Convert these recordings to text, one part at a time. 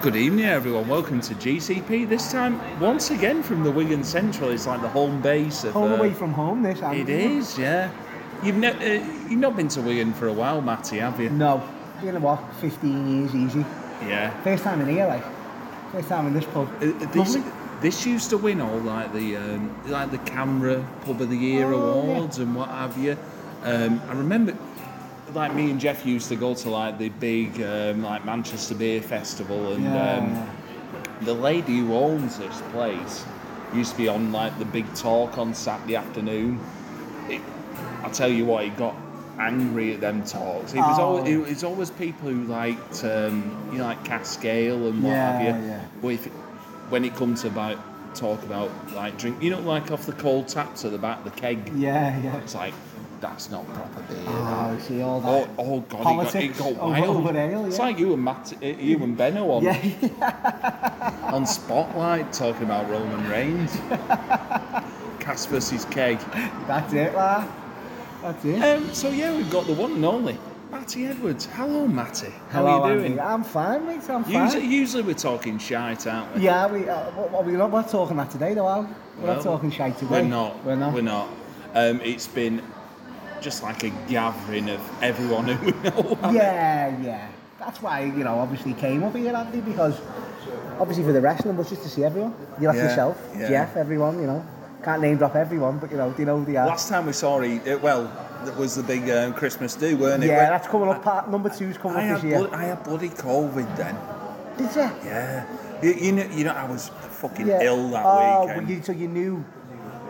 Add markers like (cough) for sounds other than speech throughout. Good evening, everyone. Welcome to GCP. This time, once again, from the Wigan Central. It's like the home base of. All uh, away from home, this. Andy. It is, yeah. You've ne- uh, you've not been to Wigan for a while, Matty, have you? No, you know what? 15 years easy. Yeah. First time in here, like. First time in this pub. Uh, uh, this, Lovely. this used to win all like the um, like the camera pub of the year Oh, yeah. awards and what have you. Um, I remember, like me and Jeff used to go to like the big um, like Manchester Beer Festival and. Um, Yeah. the lady who owns this place used to be on like the big talk on Saturday afternoon. It, I tell you what, he got angry at them talks. It was always, Oh. it was always people who liked um, you know like Cascale and what Yeah, have you. yeah. But if, when it comes to about talk about like drink, you know, like off the cold taps at the back, the keg. yeah, yeah. It's like that's not proper beer. Oh, you see all that. Oh, oh God! It Politics got, it got over- wild. over ale, It's yeah. like you and Matt, uh, you and Benno on Yeah, (laughs) on Spotlight talking about Roman Reigns. (laughs) Cass versus Keg. that's it, lad. That's it. Um, so yeah, we've got the one and only Matty Edwards. Hello, Matty. How Hello, are you Andy. doing? I'm fine, mate. I'm fine. Usually, usually we're talking shite, aren't we? Yeah, we, uh, what, what, we're not we're talking that today, though, Al. We're Well, not talking shite today. We're not. We're not. We're not. Um, it's been just like a gathering of everyone who we know. Yeah, yeah. That's why, you know, obviously came up here, Andy, because obviously for the wrestling, but just to see everyone. You like Yeah, yourself, yeah. Jeff, everyone, you know. Can't name drop everyone, but, you know, do you know who they are? Last time we saw he, uh, well, that was the big um, Christmas do, weren't it? yeah, Where- that's coming up. Part number two's coming I up had, this year. blood- I had bloody COVID then. Did you? Yeah. You, you know, you know, I was fucking Yeah. ill that oh, weekend. well, you, so you knew,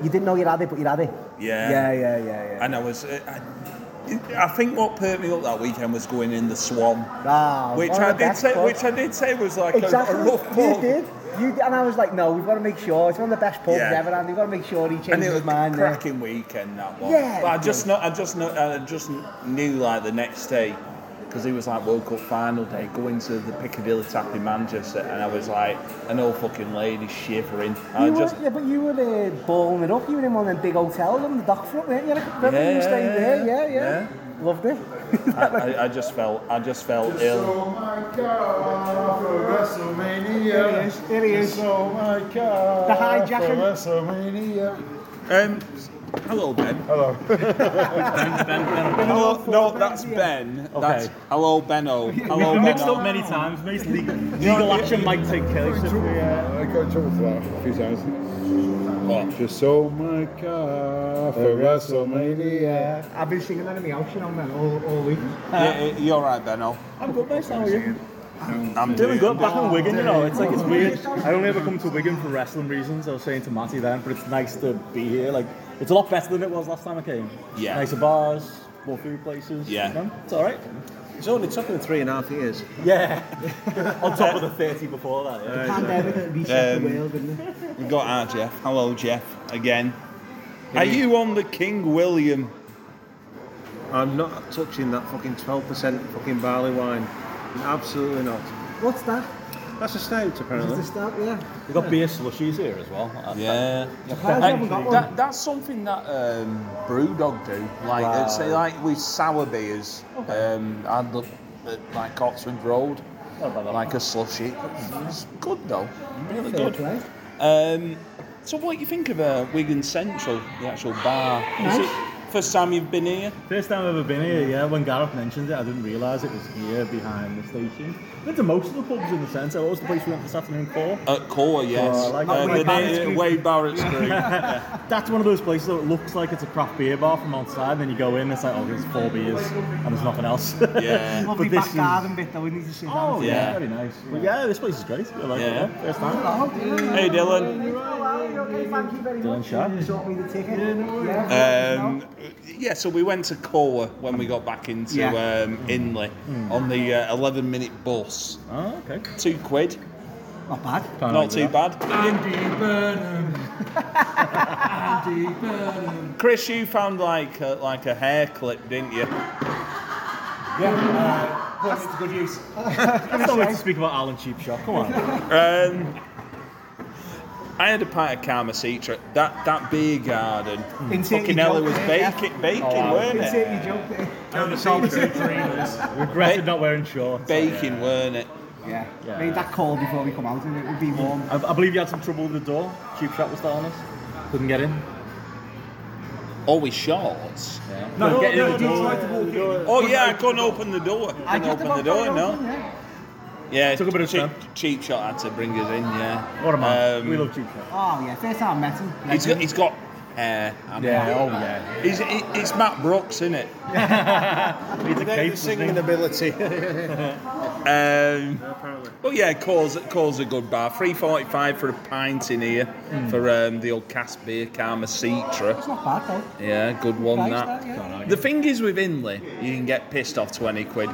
you didn't know you had it, but you had it. Yeah. Yeah, yeah, yeah, yeah. and I was. uh, I, I think what perked me up that weekend was going in the Swan, Ah, which one of I did the best say, pubs. which I did say was like a- Exactly. a, rough you pub. did. You did. And I was like, no, we've got to make sure. It's one of the best pubs Yeah. ever, and we've got to make sure he changes And it was his mind. yeah. cracking weekend that one. Yeah, but I it just know, I just know, I just knew like the next day because it was like World Cup final day, going to the Piccadilly Tap in Manchester, and I was like an old fucking lady shivering. I You (laughs) just were, yeah, but you were uh, balling it up. You were in one of them big hotels on the dock front, weren't you? Like, remember you Yeah, were staying there? yeah, Yeah, yeah. Loved it. I, I, I just felt, I just felt ill. Oh my god, for WrestleMania. Here he is, here he is. Oh my god. The hijacker. For WrestleMania. Um, hello, (laughs) Ben. Hello. Hello, no, that's Ben. That's hello, Benno. Hello, We've mixed Benno. up many times. Makes legal, legal action might take Kelly. I got in trouble for that a few times. What? Just oh my god, for WrestleMania. I've been singing that in the house, you know, man, all, all week. Yeah, yeah, you're right, Benno. I'm good, mate. How are you? I'm doing Doing good back in Wigan, you know. It's like it's weird. I only ever come to Wigan for wrestling reasons. I was saying to Matty then, but it's nice to be here. Like it's a lot better than it was last time I came. Yeah. Nicer bars, more food places. Yeah. you know? It's all right. It's only took him three and a half years. (laughs) Yeah. On top of the thirty before that. Yeah. Pandemic reset Um, the world, didn't it? We've got our Jeff. Hello, Jeff. Again. Are you on the King William? I'm not touching that fucking 12% fucking barley wine. Absolutely not. What's that? That's a stout, Is apparently. this that? Yeah. We've got beer slushies here as well. Yeah. Surprised I haven't got one. Oh, That, that's something that um, Brewdog do. Like, Wow. it's, uh, like with sour beers. Um, I had the, the like Oxford Road, Not bad, like a slushy. It's good though. Really Fair good. play. Um, so what do you think of uh, Wigan Central, the actual bar? Is it first time you've been here? First time I've ever been here, yeah. When Gareth mentioned it, I didn't realise it was here behind the station. Went to most of the pubs in the centre. What was the place we went this afternoon for? At Core, yes. Oh, I like uh, that. the Way Barrett's near- Group. way Barrett's (laughs) Group. That's one of those places that looks like it's a craft beer bar from outside, and then you go in, it's like, oh, there's four beers, and there's nothing else. (laughs) yeah. Lovely But this back garden bit, though. We need to see Oh, that. yeah. Yeah. very nice. But yeah, this place is great. I like Yeah. it. yeah. First time. Hey, Dylan. Okay, thank you very Dylan much. Sharp. You Sort me the ticket. Yeah. Um, yeah, so we went to Core when we got back into Yeah. um, Inley on the uh, 11 minute bus. Oh, okay. Two quid, Not bad. Can't not argue too with bad. (laughs) Chris, you found like a, like a hair clip, didn't you? (laughs) that. That's not way to speak about Alan Cheapshot. Come on. Um, I had a pint of Karma Citra. That that beer garden, Insert Uh, fucking your hell, it joke was there, yeah. baking, baking, Oh, wow. weren't it? Insert your joke there. Regretted not wearing shorts. Baking, weren't it? Yeah. Yeah. I mean, that call before we come out, and it would be warm. I, I believe you had some trouble with the door. Cheap shot was down us. Couldn't get in. Always shorts. Yeah. No, get in the door. Oh yeah, I couldn't open the door. I Couldn't just open about the door. got it no. open, yeah. Yeah, Took a bit of cheap, time. cheap shot had to bring us in. Yeah. What a man. Um, we love cheap shot. Oh yeah, first time I met him. He's got, he's got hair. and- oh yeah. He's, he, it's Matt Brooks, isn't it? He's a cape, singing doesn't ability. Um, Apparently. but yeah, calls calls a good bar. Three forty five for a pint in here Hmm. for um, the old cask beer, Karma Citra. It's not bad though. Yeah, good one Nice, that. that, yeah. The thing is with Inley, you can get pissed off twenty quid.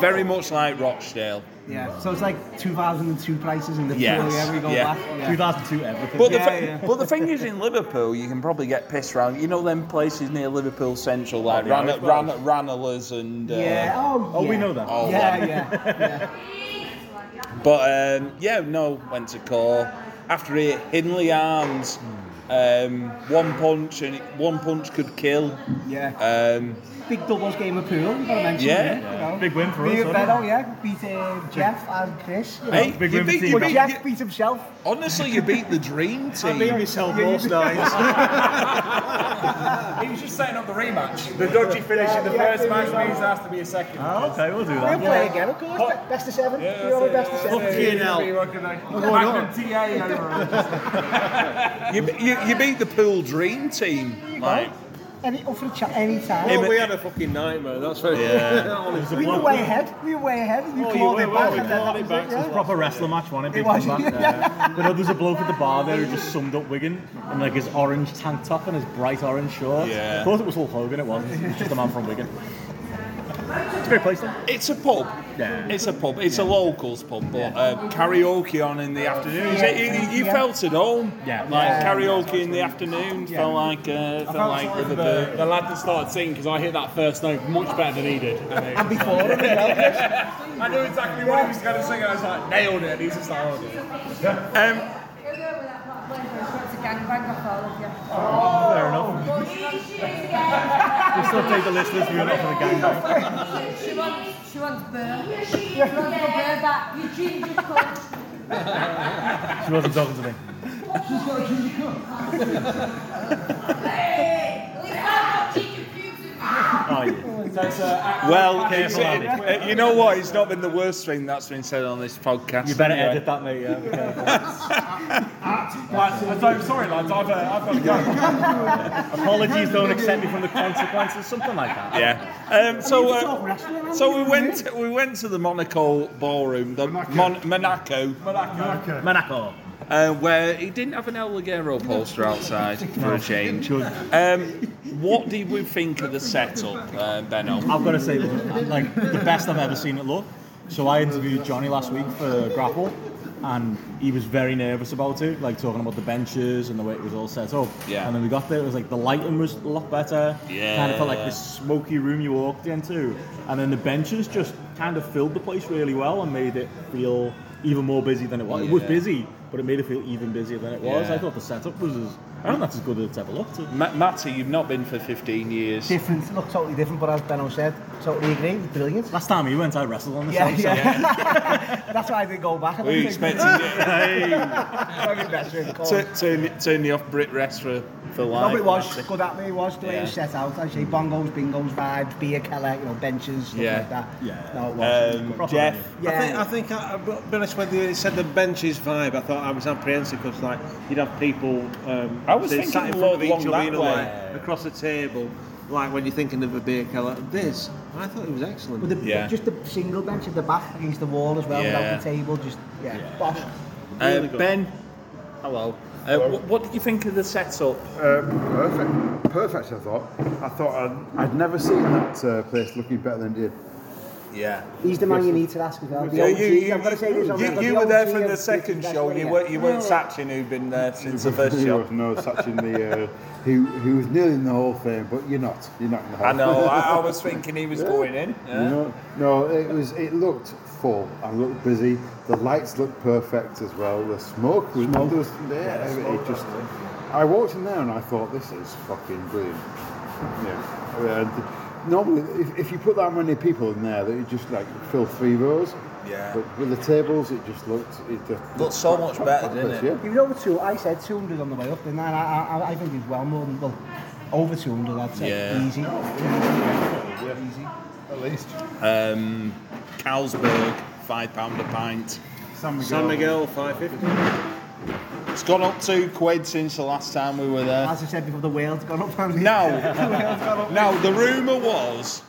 Very much like Rochdale. Yeah. So it's like 2002 prices in the Yes, pool. Yeah, we go yeah. back. he? Yeah. 2002 everything. But the, Yeah, thi- yeah. but the thing is, in Liverpool, you can probably get pissed round. You know them places near Liverpool Central, like the Ran- Irish Ran- Ranelagh's and. Uh, Yeah. Oh, oh, yeah. we know that. all Yeah, that. yeah, yeah. But um, yeah, no, went to core. After it, Hindley Arms, um, one punch, and it, one punch could kill. (laughs) yeah. Um, Big doubles game of pool, you've got to mention. Yeah. it, You know. Big win for Beat us, wasn't Benno, yeah. Beat uh, Jeff and Chris. You know. hey, big you win for beat, Team you But beat, Jeff you- beat himself. honestly, you beat the (laughs) dream team. Beat myself most nights. He was just setting up the rematch. The dodgy finish in the first match means there has to be a second. Oh, okay, we'll do They'll that. play again, of course. Be- Best of seven. You're only best of seven. Fucking hell. Magnum TA over. You, be- you, you beat the pool dream team. Like, Any up for a chat any time. Well, Oh, we had a fucking nightmare, that's very honest. we were way ahead. We were way ahead. You Oh, you clawed were, it weren't back. we? and then Clawed that it was back. yeah. Proper wrestler match, wasn't it? Big It was, comeback there. But there was a bloke at the bar there who just summed up Wigan in like his orange tank top and his bright orange shorts. Yeah. I thought it was Hulk Hogan, it wasn't. It was just a man from Wigan. It's a great place though. it's a pub. Yeah. It's a pub. It's a locals pub, but uh, karaoke on in the afternoon. Yeah. You, you- you Yeah. felt at home. Yeah. Like Yeah. karaoke in the afternoon felt like uh, felt, like Liverpool. The, uh, the lad that started singing because I hit that first note much better than he (laughs) did. And before him, (laughs) you know. I knew exactly what he was going to sing, and I was like, nailed it. And he's just like, oh, dear. Um, He'll go with that black blender and sweat to gangbang off all of you. Fair enough. We'll still take the listeners, we were not for the gang bang. She wants, she wants Burr. She wants the Burr back. You ginger cunt. She wasn't talking to me. At least I've got ginger pubes. Oh yeah. Well, it's, Careful, it, it- you know what? It's not been the worst thing that's been said on this podcast. You better anyway. edit that mate, yeah. be careful. Lads, I'm so sorry, lads. I've, uh, I've got to go. Apologies don't accept me from the consequences, something like that. Yeah. Um, so, It's all uh, wrestling, so isn't we it? went. To, we went to the Monaco ballroom, the Mon- Monaco, Monaco. uh, where he didn't have an El Ligero poster outside for a change. Um, what did we think of the setup, uh, Benno? I've got to say, like the best I've ever seen it look. So I interviewed Johnny last week for Grapple, and he was very nervous about it, like talking about the benches and the way it was all set up. Yeah. And then we got there, it was like the lighting was a lot better. Yeah. Kind of felt like this smoky room you walked into, and then the benches just kind of filled the place really well and made it feel even more busy than it was. It was Yeah. busy, but it made it feel even busier than it was. Yeah. I thought the setup was as I think that's as good as it's ever looked. Ma- Matty, you've not been for 15 years. Different, look totally different, but as Benno said, totally agree, brilliant. Last time we went, I wrestled on the Yeah, side, so- yeah. (laughs) That's why I didn't go back. I Were you don't think expecting (laughs) it? Probably better in call. Turn, turn, turn you off Brit Rest for, for life? Probably was Matty? good at me, it was the way it was Yeah. set out. I say bongos, bingos, vibes, beer keller, you know, benches, stuff Yeah. like that. Yeah. No, it was. Um, Proper Jeff, venue. yeah. I think, I think I, I'll be honest with you, it said the benches vibe. I thought I was apprehensive because like you'd have people um, I was they thinking sat in front of along each that other, you know, way. like across the table, like when you're thinking of a beer keller. This, I thought it was excellent. With the, Yeah. Just the single bench at the back against the wall as well, Yeah. without the table, just, yeah. Bosh. Uh, ben, hello. Uh, wh- what did you think of the setup? Um, Perfect, perfect. I thought. I thought I'd, I'd never seen that uh, place looking better than it did. Yeah. He's the man you need to ask as well. The You, OG, you- I've got to say this on you- record, you the were there for OG of the Britain's second Best show. Way, You yeah. weren't, you weren't Sachin who'd been (laughs) there since the (laughs) first There show. was no such in the uh, who who was nearly in the Hall of Fame, but you're not. You're not in the Hall. I of know. Fame. I, I was thinking he was going in. You know, no, it was. It looked full. I looked busy. The lights looked perfect as well. The smoke was. there was- yeah, it, it just. I walked in there and I thought, this is fucking brilliant. Yeah. And normally, if, if you put that many people in there, that you just like fill three rows. Yeah. But with the tables, it just looked. It just Looks so much better, didn't it? He was over two. I said 200 on the way up, didn't I? And I, I, I think he was well more than well, over 200. I'd say Yeah. easy. At least. Um, Carlsberg, five pound a pint. San Miguel. San Miguel, 550. It's gone up two quid since the last time we were there. As I said before, the whale's gone up. Andy. Now, the whale's gone up. now the rumour was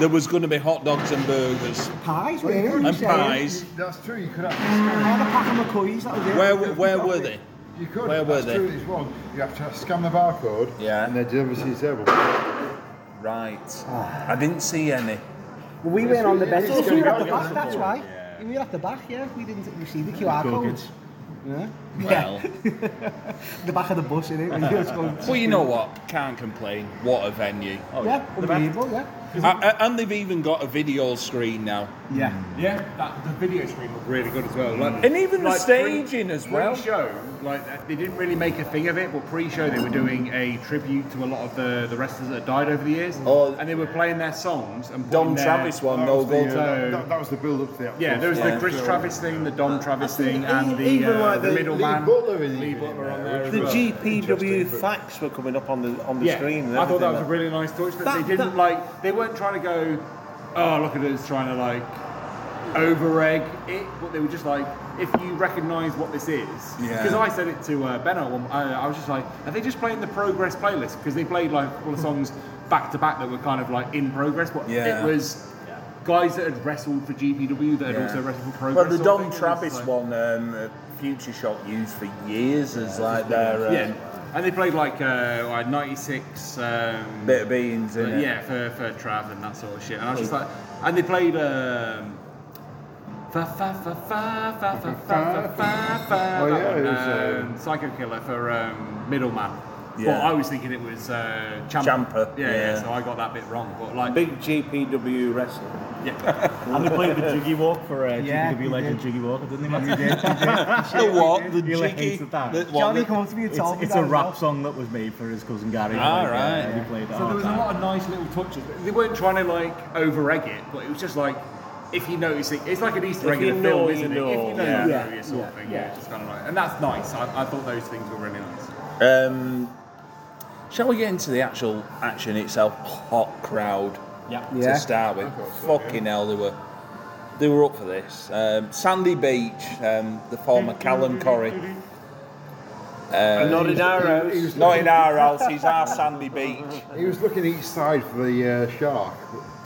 there was going to be hot dogs and burgers Pies, really? and pies. That's true. You could have. I had a pack of McCoys. That was it. Where where were they? You could. Where were that's they? True, it's wrong. You have to scan the Barcode. Yeah. And they deliver to your table. Right. I didn't see any. Well, we went on the bench. it's we were at gonna the be back. That's why. We were at the back. Yeah, we didn't. We see the QR codes. Yeah. Well, The back of the bus, innit? When you was (laughs) going- well, you know what? Can't complain. What a venue! yeah, unbelievable. Yeah. A- a- and they've even got a video screen now, Yeah. Yeah, that, the video screen looked really good as well. Like, and even the Like staging as Mm. well. Pre-show, like they didn't really make a thing of it, but pre-show they were doing a tribute to a lot of the, the wrestlers that had died over the years, Oh. and they were playing their songs. And Don putting their, Travis one, That no was the, goal. uh, So- that, that was the build up to the actual Yeah, there was the Yeah. Chris Travis thing, the Don Travis thing, and the, E- even uh, like the the, Lee middleman. Butler is Lee even in Butler on there, there as The well. GPW facts were coming up on the on the yeah, screen. and I thought that was a everything. really nice touch that, That- they didn't that- like. They weren't trying to go, oh look at us trying to like over egg it, but they were just like, if you recognise what this is, Yeah. because I said it to uh, Ben. at one- I, I was just like, are they just playing the progress playlist? Because they played like all the songs back to back that were kind of like in progress, but Yeah. it was. Guys that had wrestled for GPW that had Yeah. also wrestled for Well, the progress. sort of thing, Don and it's Travis like- one, um, uh, Future Shock used for years as like their um, Yeah, and they played like uh, like '96. Um, bit of beans in But it. yeah, for, for Trav and that sort of shit. And I was just like, and they played. Um, fa fa fa fa fa fa fa fa fa fa. Oh, that yeah, one, it was, uh, um, Psycho Killer for um, Middleman. But Yeah. I was thinking it was uh, Champa. Champa, Yeah, yeah, yeah. So I got that bit wrong. But like, big GPW wrestling. And they played the Jiggy Walk for uh, Yeah, GPW we legend did. Jiggy Walker, didn't they? Matt? The what? The He jiggy? hated that. the what, Johnny the- come up to me and (laughs) It's, told me it's that a as rap well. song that was made for his cousin Gary. Ah, like, uh, right. and he played that so all there was the a time. lot of nice little touches. They weren't trying to like over egg it, but it was just like. If you notice it, it's like an Easter If egg you in a know, film, you isn't know. it? If you know, Yeah. you know, Yeah. you sort of thing. Yeah, just kind of like, and that's nice. I, I thought those things were really nice. Um, shall we get into the actual action itself? Hot crowd Yeah. to start with. Fucking hell, they were they were up for this. Um, Sandy Beach, um, the former Callum Corrie. Not in our house. He was, Not in our house. He's our Sandy Beach. he was looking each side for the uh, shark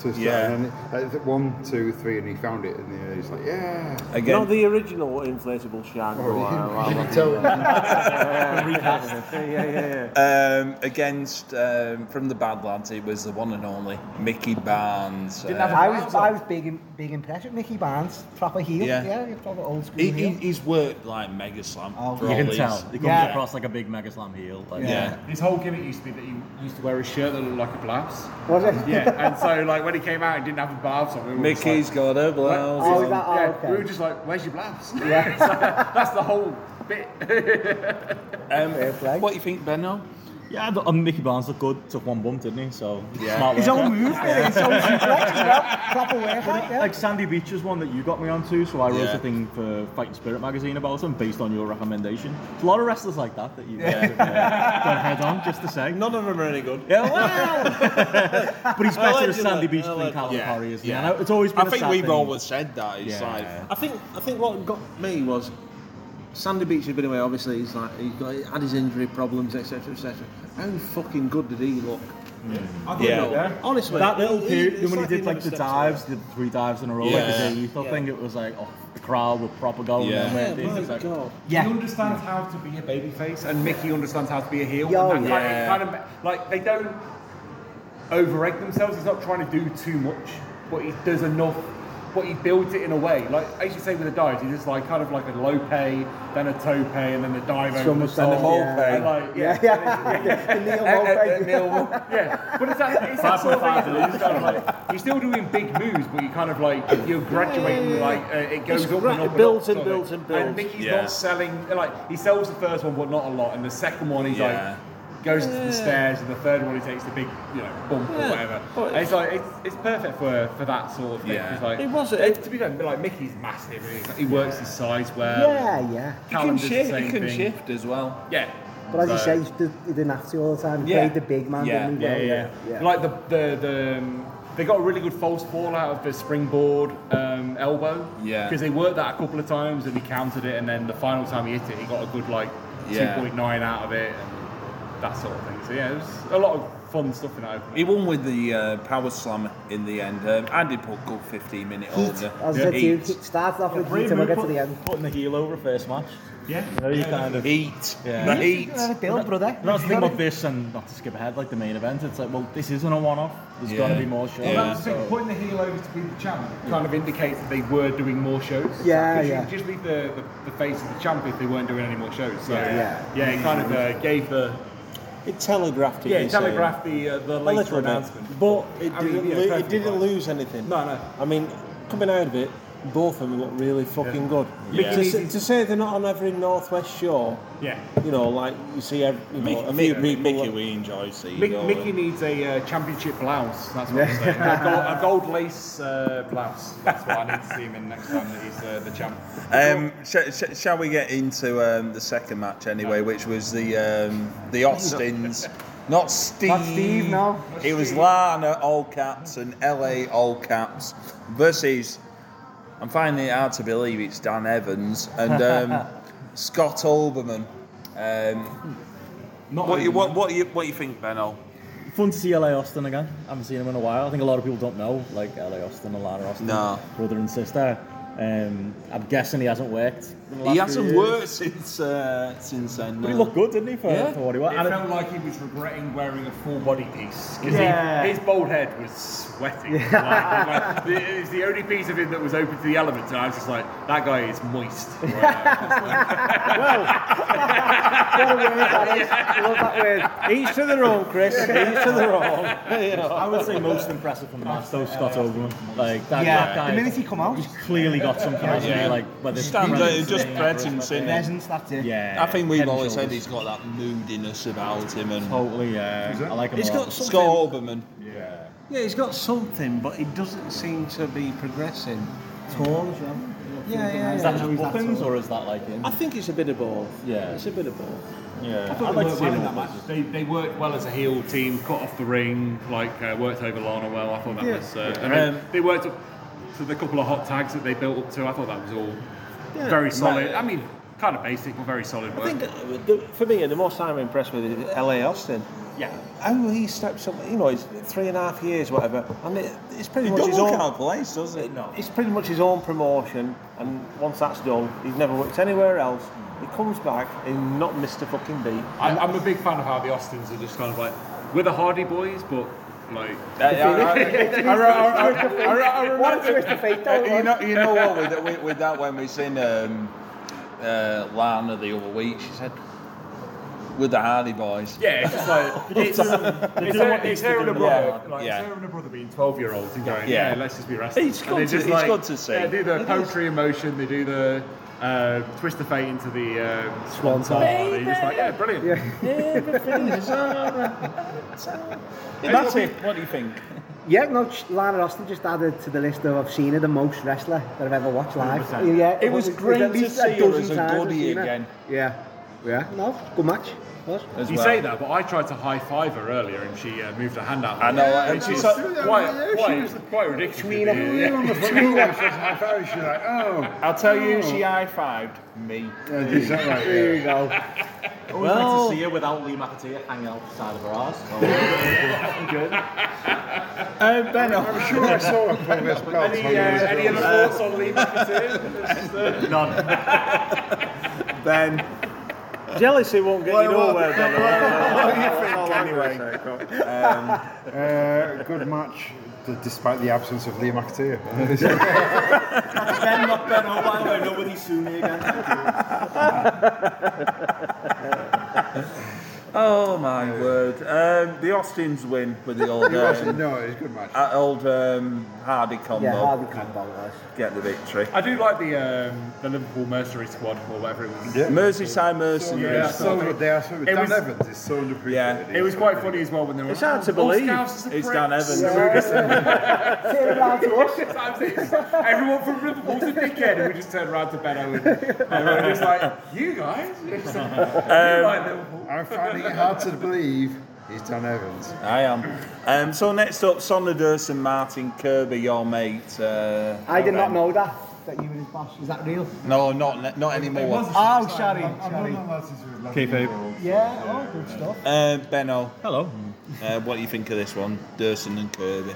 to start. Yeah. And it, like, one, two, three, and he found it. And uh, he's like, yeah. Again, Not the original inflatable shark. Oh, he didn't- he Oh, didn't tell (laughs) him. yeah, yeah, yeah. Um, against um, from the Badlands, it was the one and only Mickey Barnes. Uh, I was I was big im- big impressed with Mickey Barnes, proper heel. Yeah. Yeah, proper old school he, he, heel. he's worked like Mega Slam. Oh, for you You all can these. tell. He comes Yeah. across like a big Mega Slam heel. Like, Yeah. His whole gimmick used to be that he used to wear a shirt that looked like a blouse. was it? Yeah, (laughs) and so like when he came out, he didn't have a blouse on. We were just Mickey's got a like, blouse. Oh, "What?" is that- oh, yeah, okay. we were just like, "Where's your blouse?" Yeah, (laughs) that's the whole bit. (laughs) Um, play. what do you think, Benno? yeah I thought- and Mickey Barnes looked good. Took one bump, didn't he? So Yeah. smart His work own there. move, really. His own suplex, as well. proper workout. Yeah. Like Sandy Beach is one that you got me onto, so I wrote Yeah. a thing for Fighting Spirit magazine about him based on your recommendation. There's a lot of wrestlers like that that you guys have, uh, gone head on just to say. None of them are any good. Yeah, well. but he's better as Allegedly. Sandy Beach than Allegedly. Callum Yeah, Corrie, isn't he? yeah. And I- It's always been I a think sad we've thing. always said that. It's Yeah. like I think I think what got me was Sandy Beach had been away. Obviously, he's like he got he had his injury problems, etc., etc. How fucking good did he look? Hmm. Yeah. You know, honestly, That little he- period it's when he did never like the steps away. dives, the three dives in a row, like Yeah. the Jay Lethal thing, it was like, oh, the crowd were proper going. Yeah. And Yeah, went, my it's like, God. Yeah. He understands how to be a babyface, and Mickey understands how to be a heel. Yo, and that yeah. kind, of, kind of like they don't over egg themselves. He's not trying to do too much, but he does enough. But he builds it in a way, like as you say with the dives, he's just like kind of like a low pay, then a toe pay, and then the dive over the Somersault, top. yeah. And like, yeah, Yeah, yeah. (laughs) The Neil Mulvey. yeah, but it's that, it's that sort of thing. that you just kind of like, you're still doing big moves, but you kind of like you're graduating. Like uh, it goes It's up gra- and up, builds and and up, sort of builds thing. and builds. Mickey's Yeah. not selling like he sells the first one, but not a lot. And the second one, he's Yeah. like goes to the stairs, and the third one he takes the big, you know, bump or whatever. And it's like it's, it's perfect for for that sort of thing. Yeah. It's like, It was- it's- to be fair, like Mickey's massive. and he's like- He works his size well. Yeah, yeah. He can Callum does the shift. He same can thing. shift as well. Yeah. But as you So- say, he did- he didn't have to all the time. He Yeah. played the big man, Yeah, didn't he? Yeah, Well, yeah. yeah. Like the the the. Um, they got a really good false ball out of the springboard um, elbow. Yeah. Because they worked that a couple of times and he countered it, and then the final time he hit it, he got a good like Yeah. 2.9 out of it and that sort of thing. So yeah, it was a lot of fun stuff in that opening. He won with the uh, power slam in the end. Um, Andy put good 15 minute order. As I said to you, Heat. it started off with Brave heat till I move, get to put- the end. Putting the heel over a first match. Yeah. You know, you kind of. Heat. Yeah. The Yeah. heat. Uh, Bill, brother. That's the thing about this, and not to skip ahead, like the main event, it's like, well, this isn't a one off. There's Yeah. going to be more shows. Yeah. That's the thing, putting the heel over to be the champ kind of indicates that they were doing more shows. Yeah, 'Cause yeah. You just leave the, the, the face of the champ if they weren't doing any more shows. So Yeah. yeah, it kind of uh, gave the It telegraphed it. yeah you it say. telegraphed the uh, the a later little bit, announcement. but it I mean, didn't, yeah, lo- it perfectly didn't fine. lose anything. No, no. I mean, coming out of it, both of them look really fucking good. Yeah. To, s- to say they're not on every northwest shore, Yeah. you know, like you see, every, you know, a few Mickey, people. Mickey we enjoy seeing. Mick, don't we? Mickey needs a uh, championship blouse. That's what I'm saying. A gold, a gold lace uh, blouse. That's what I need to see him in next time that he's uh, the champ. Um, sh- sh- shall we get into um, the second match anyway, which was the um, the Austins, not Steve. Not Steve, no. It was Lana all caps and LA all caps versus. I'm finding it hard to believe it's Dan Evans and um, Scott Olbermann. Um, what you what, what you what you think, Benno? Fun to see LA Austin again. I haven't seen him in a while. I think a lot of people don't know, like LA Austin and Lana Austin, No. brother and sister. Um, I'm guessing he hasn't worked. in the last He few hasn't years. worked since uh, since then. But he uh, looked good, didn't he? For, for what he was. It And it- felt like he was regretting wearing a full body piece because Yeah. his bald head was sweating. Like, like, it was the only piece of him that was open to the elements, and I was just like, that guy is moist. right now." What a word that is. I love that word. Each to their own, Chris. Each to their (laughs) own. I would say most impressive from the match, though, Scott Overman. Like, that, Yeah. that guy. The minute he come out. He's clearly got something out of me, like, whether it's Stand presence, out, just thing, presence in it. Presence, that's it. Yeah. I think we've Head and always said shoulders. he's got that moodiness about him and Totally, yeah. I like him He's a lot. got Scott something. Olbermann. Yeah. Yeah, he's got something, but it doesn't seem to be progressing. Tall as well. Yeah, yeah, Is yeah. that just weapons or is that like him? I think it's a bit of both. Yeah. It's a bit of both. Yeah. They I'd like to worked see well him in in that match. (laughs) They, they worked well as a heel team, cut off the ring, like uh, worked over Lana well. I thought that was. Uh, I mean, Um, they worked up to the couple of hot tags that they built up to. I thought that was all very solid. I mean, kind of basic, but very solid work. I think, uh, the, for me, the most I'm impressed with is LA Austin. yeah. How he steps up, you know, it's three and a half years, whatever, and it, it's pretty He much doesn't his look own. out of place, does he? No. It's pretty much his own promotion, and once that's done, he's never worked anywhere else. He comes back and not missed a fucking beat. I, I'm a big fan of how the Austins are just kind of like we're the Hardy Boys, but like What a twist of fate, though. Uh, you know, you know what? With, with, with that, when we seen um, uh, Lana the other week, she said, "With the Hardy Boys." yeah, it's (laughs) just like it's, um, it's, doing her, what it's they her used to and her do brother, now. like Yeah. it's her and her brother being 12 year olds and going, Yeah. yeah. let's just be wrestling. It's good And they to- just, it's good to see. They do the poetry emotion, they do the uh, twist of fate into the uh, swan song. They're just like, yeah, brilliant. That's it. What do you think? Yeah, no, Ch- Lana Austin just added to the list of I've seen her the most wrestler that I've ever watched live. 100%. Yeah, It was there's great at to least see her dozen as a times I've goodie seen her. again. Yeah, yeah, no, good match. Was. As You well. say that, but I tried to high five her earlier, and she uh, moved her hand out. I know, and, and she's she was- quite, quite, quite ridiculous. Yeah. On the fucking watch, I thought she was like, oh, I'll tell you, she high fived me. yeah, is that right? Yeah. you go. I always like to see her without Lee McAteer hanging out the side of her arse. (laughs) Um, ben, I'm sure I saw her pull this belt. Any, on uh, his any own. other thoughts on Lee McAtee? None. Ben. Jealousy won't get you nowhere, Ben. What do you think, anyway? Um, uh, good match, d- despite the absence of Liam (laughs) McAteer. Ben, not Ben Oh, by the way, nobody sue me again. Oh my word. Um, the Austins win with (laughs) the old. It wasn't, um, no, it was a good match. uh, old um, Hardy combo. Yeah, Hardy combo was. Get the victory. I do like the um, the Liverpool Mercenary Squad or whatever it was. Merseyside Mercenaries. Yeah, so good. They are so good. it Dan was- Evans is so underappreciated. Yeah. It was quite funny as well when they were. It's hard to "Oh, Boy believe. Scouts is a It's prick." Dan Evans. Yeah. Turn around to us. That's what I'm saying. It's like Everyone from Liverpool's a dickhead, and we just turned around to Ben Owen. And we were just like, you guys? (laughs) It's like, Um, "You like Liverpool." I'm finding it hard to believe he's Dan Evans. I am. Um, so next up, Sonna Durst and Martin Kirby, your mate. Uh, I did not know that, that you were his boss. Is that real? No, not not anymore. Oh, sorry. sorry. Yeah, oh, good stuff. Uh, Benno. Hello. Uh, what do you think of this one, Durson and Kirby?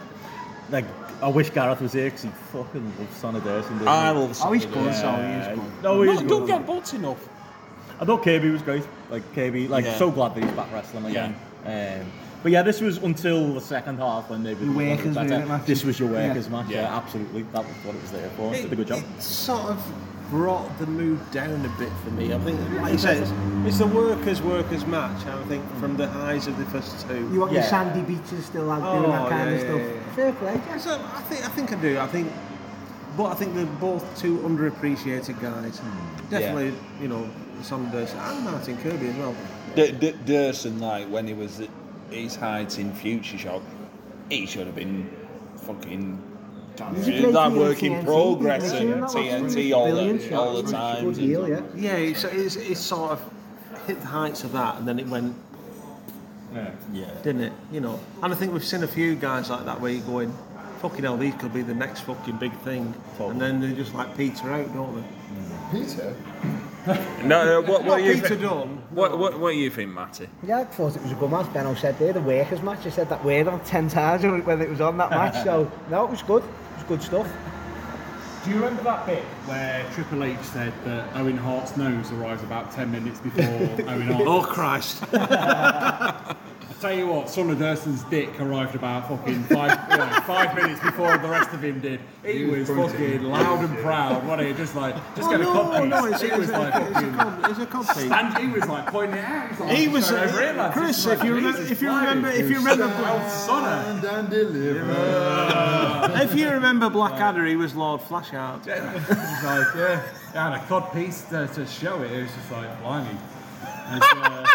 Like, I wish Gareth was here because he fucking loves Son of Durson. doesn't I he? love Son Oh, he's of good, Durson. so he is Yeah. good. No, he's Not- good. don't get bought enough. I thought KB was great. Like KB, like Yeah. so glad that he's back wrestling again. Um, but yeah, this was until the second half when maybe Your it was workers, better. wasn't it, Matthew? This was your Yeah. workers match. Yeah. Yeah. absolutely. That was what it was there for. It- did a good job. It sort of brought the mood down a bit for me. I think, like you say, it's, it's the workers' workers match. I think from the highs of the first two. You want your sandy beaches still out doing that Oh, kind yeah, of stuff. yeah, yeah. Fair play, yeah. So I think I think I do. I think, but I think they're both two underappreciated guys. Definitely, you know, Saunders and Martin Kirby as well. D- D- Durson, like when he was at his height in Future Shock, he should have been fucking. Did you play That TNT? work in progress Did you and play that? TNT all Brilliant. the, all the time. Good Yeah, it's, it's, it's sort of hit the heights of that, and then it went, yeah, didn't it? You know, and I think we've seen a few guys like that where you're going, fucking hell, these could be the next fucking big thing, and then they just like peter out, don't they? Peter. No, no, what, Not what, do you Peter think, Dunne. what, what, what do you think, Matty? Yeah, I thought it was a good match. Benno said there, the workers match. I said that word on 10 times when it- when it was on (laughs) that match. So, no, it was good. It was good stuff. Do you remember that bit where Triple H said that Owen Hart's nose arrives about 10 minutes (laughs) before Owen Hart? Oh Christ! I tell you what, Son of Durson's dick arrived about fucking five, you know, five minutes before the rest of him did. It He was, was fucking loud and proud, wasn't it? Just like, just Oh, get a no, (laughs) cop no, it's- piece. It was it's- like it's a fucking- cop- it's a cop piece. And he was like pointing it out. like, He was- "Show over here, lads." Chris, It's like, if you remember- Jesus, if you why remember- did if you remember- (laughs) stand Stand and deliver. if you remember Blackadder, he was Lord Flashheart. Yeah. It was like, yeah, I had a cod piece to, to show it. It was just like, blimey. And, uh,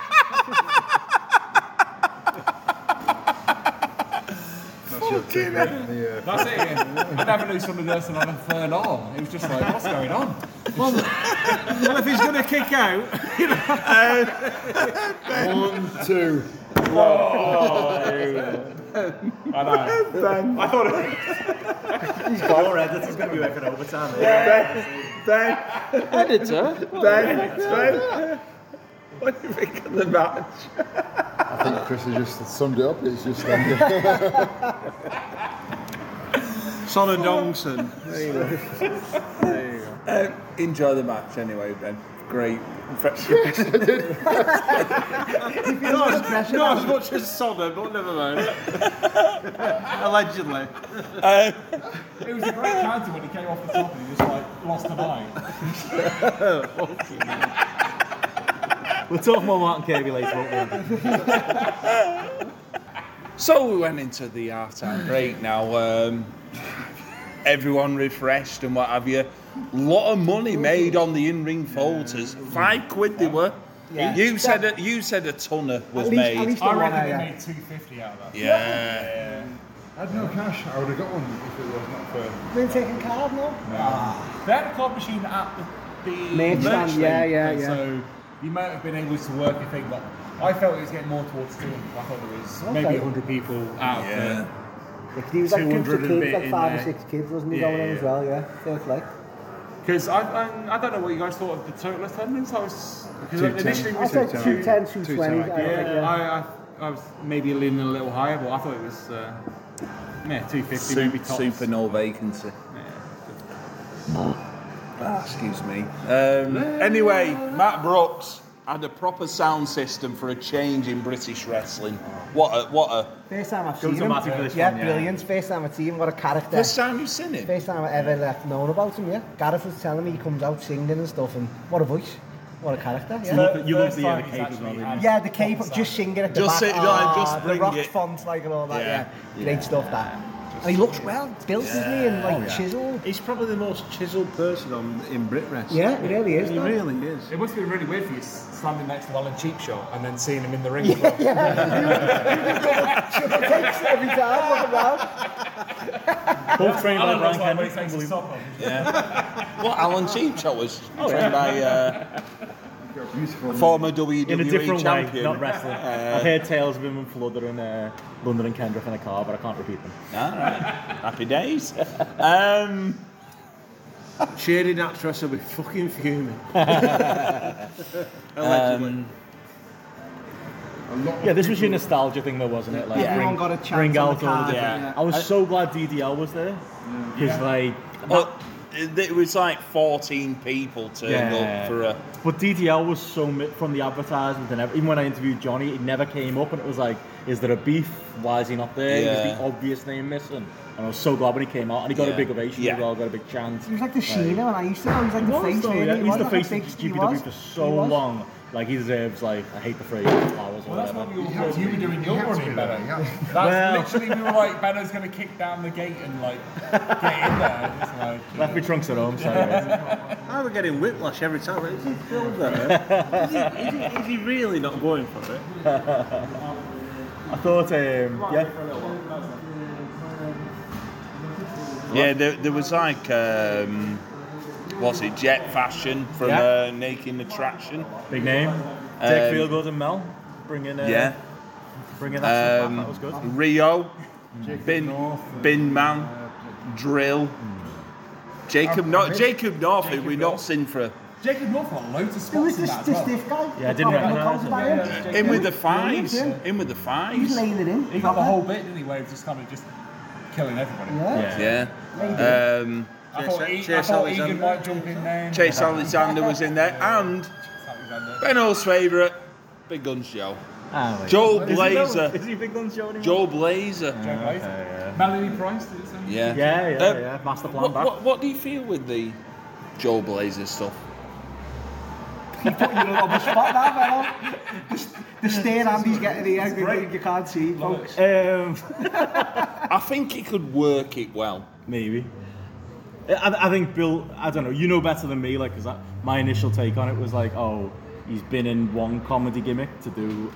Fucking hell. That's it. Yeah. I never knew someone else on a third arm. It was just like, what's going on? Well, well if he's going to kick out, you know. One, two. I know. Ben. I thought it He's gone. Your editor's going to be working overtime. eh? Ben. Ben. Editor? Ben. Ben. What do you think of the match? I think Chris has just summed it up. It's just standing. Son of Dongson. There you go. Um, enjoy the match anyway, Ben. Great. (laughs) not, as, not as much as Sodom, but never mind. (laughs) Allegedly. was a great counter when he came off the top and he was like, lost an (laughs) eye. We'll talk more about KB later. won't we? So we went into the halftime break now. Um, everyone refreshed and what have you. Lot of money made on the in-ring falters. Five quid they were. Yeah. You said a, you said a tonner was made. I reckon they made 250 out of that. Yeah. I had no cash. I would have got one if it was not for. Been taking card, no? They had a card machine at the, the Merch stand, yeah, thing, yeah, yeah. So you might have been able to work a thing, but I felt it was getting more towards 200. I thought there was Okay. maybe 100 people out Yeah. there. Because he was like groups of 200 and a kids, bit like in five or there. six kids, wasn't he, Yeah, going on yeah. as well, yeah. Fair play. Because I, I, I don't know what you guys thought of the total attendance. I was 'cause 210. initially we I said 210, 220, I think, Yeah, yeah. I, I, I was maybe leaning a little higher, but I thought it was uh, yeah, 250 maybe Super, tops. super no vacancy. Ah, excuse me. Um, anyway, Matt Brooks had a proper sound system for a change in British wrestling. What a what a First time I've Goes seen him. automatic for this yeah, one, yeah. brilliant. First time I've seen him. What a character. First time you've seen him? First time I've ever like, known about him, yeah. Gareth was telling me he comes out singing and stuff, and what a voice. What a character, yeah. love it- you love the, uh, the cape as well, didn't you? Yeah, the cape, just singing at the Just back. sit- like, Ah, just the bring rock it. font, like, and all that, Yeah. yeah. Great stuff, that. and he looks well, built, isn't he, and, like, chiseled. He's probably the most chiseled person on in Brit Rest. Yeah, he really is, He (laughs) though. really is. It must be really weird for you s- standing next to Alan Cheapshaw and then seeing him in (laughs) the ring. as well. Triple takes every time, look around. Both trained by Alan Brian looks like when he Kendrick. takes his unbelievable. top off. What Alan Cheapshot (laughs) was trained by uh, a former WWE In a different champion. Uh, way, not wrestling. I've heard tales of him and Flutter and uh, London and Kendrick in a car, but I can't repeat them. All right. Happy days. Um, Shady actress will be fucking fuming. Allegedly. Yeah, this was your nostalgia thing, though, wasn't it? Like, Everyone got a chance bring on the out all card, the yeah. different. I was so glad DDL was there because, like, well, it it was like 14 people turned Yeah. up for a. But DDL was so mi- from the advertisement and ev- even when I interviewed Johnny, it never came up, and it was like, "Is there a beef? Why is he not there? It was Yeah. the obvious name missing." And I was so glad when he came out, and he got Yeah. a big ovation Yeah. as well, got a big chant. He was like the Sheena when I used to know. He was like the face, though, really. yeah. He He's was the like face big- of he GPW was. for He so was. long. Like he deserves like I hate the phrase flowers or Well, that's what whatever. we all thought. "Oh, You were doing your running, Benno. (laughs) That's Well- literally, we were like, Benno's going to kick down the gate and like get in there. It's like, Left me trunks at home. So anyways. I were getting whiplash every time. Is he still there? (laughs) is, he, is, he, is he really not going for it? I thought, um, yeah, Yeah, there, there was like. Um, was it Jet Fashion from Yeah. uh, Naked Attraction? big name. Dick Fieldgood and Mel, bring in, uh, Um, Yeah. bring in that. Um, stuff back. that was good. Rio, Bin, Bin Man, Drill, Jacob Oh, North. Jacob North, who we're not seen for. Jacob North got loads of spots. Who was in this, that as this well. stiff guy? Yeah, I didn't The guy recognise that him. calls Yeah, about yeah. In with the fives. Yeah. In with the He's fives. laying it in. He got the whole bit, didn't he? Where he was just kind of just killing everybody. Yeah. Yeah. Yeah. Um, I thought, Chase- e- I Chase thought Alexander. Egan might jump in there. Chase Alexander was in there. And Alexander. Ben Hall's favourite, Big Guns Joe. Ah, wait. Joe Is he Mel? Blazer. Is he big on Joe anymore? Joe Blazer. Joe Blaze. Melanie Price did it. so- (laughs) Yeah. Yeah, yeah, Uh, yeah. Master plan What, back. what, what do you feel with the Joe Blazer stuff? Put you on the spot now, man. The, the stare Andy's getting here, you, you can't see, folks. Um, I think he could work it well. maybe. I, I think Bill. I don't know. You know better than me. Like, because my initial take on it was like, oh, he's been in one comedy gimmick to do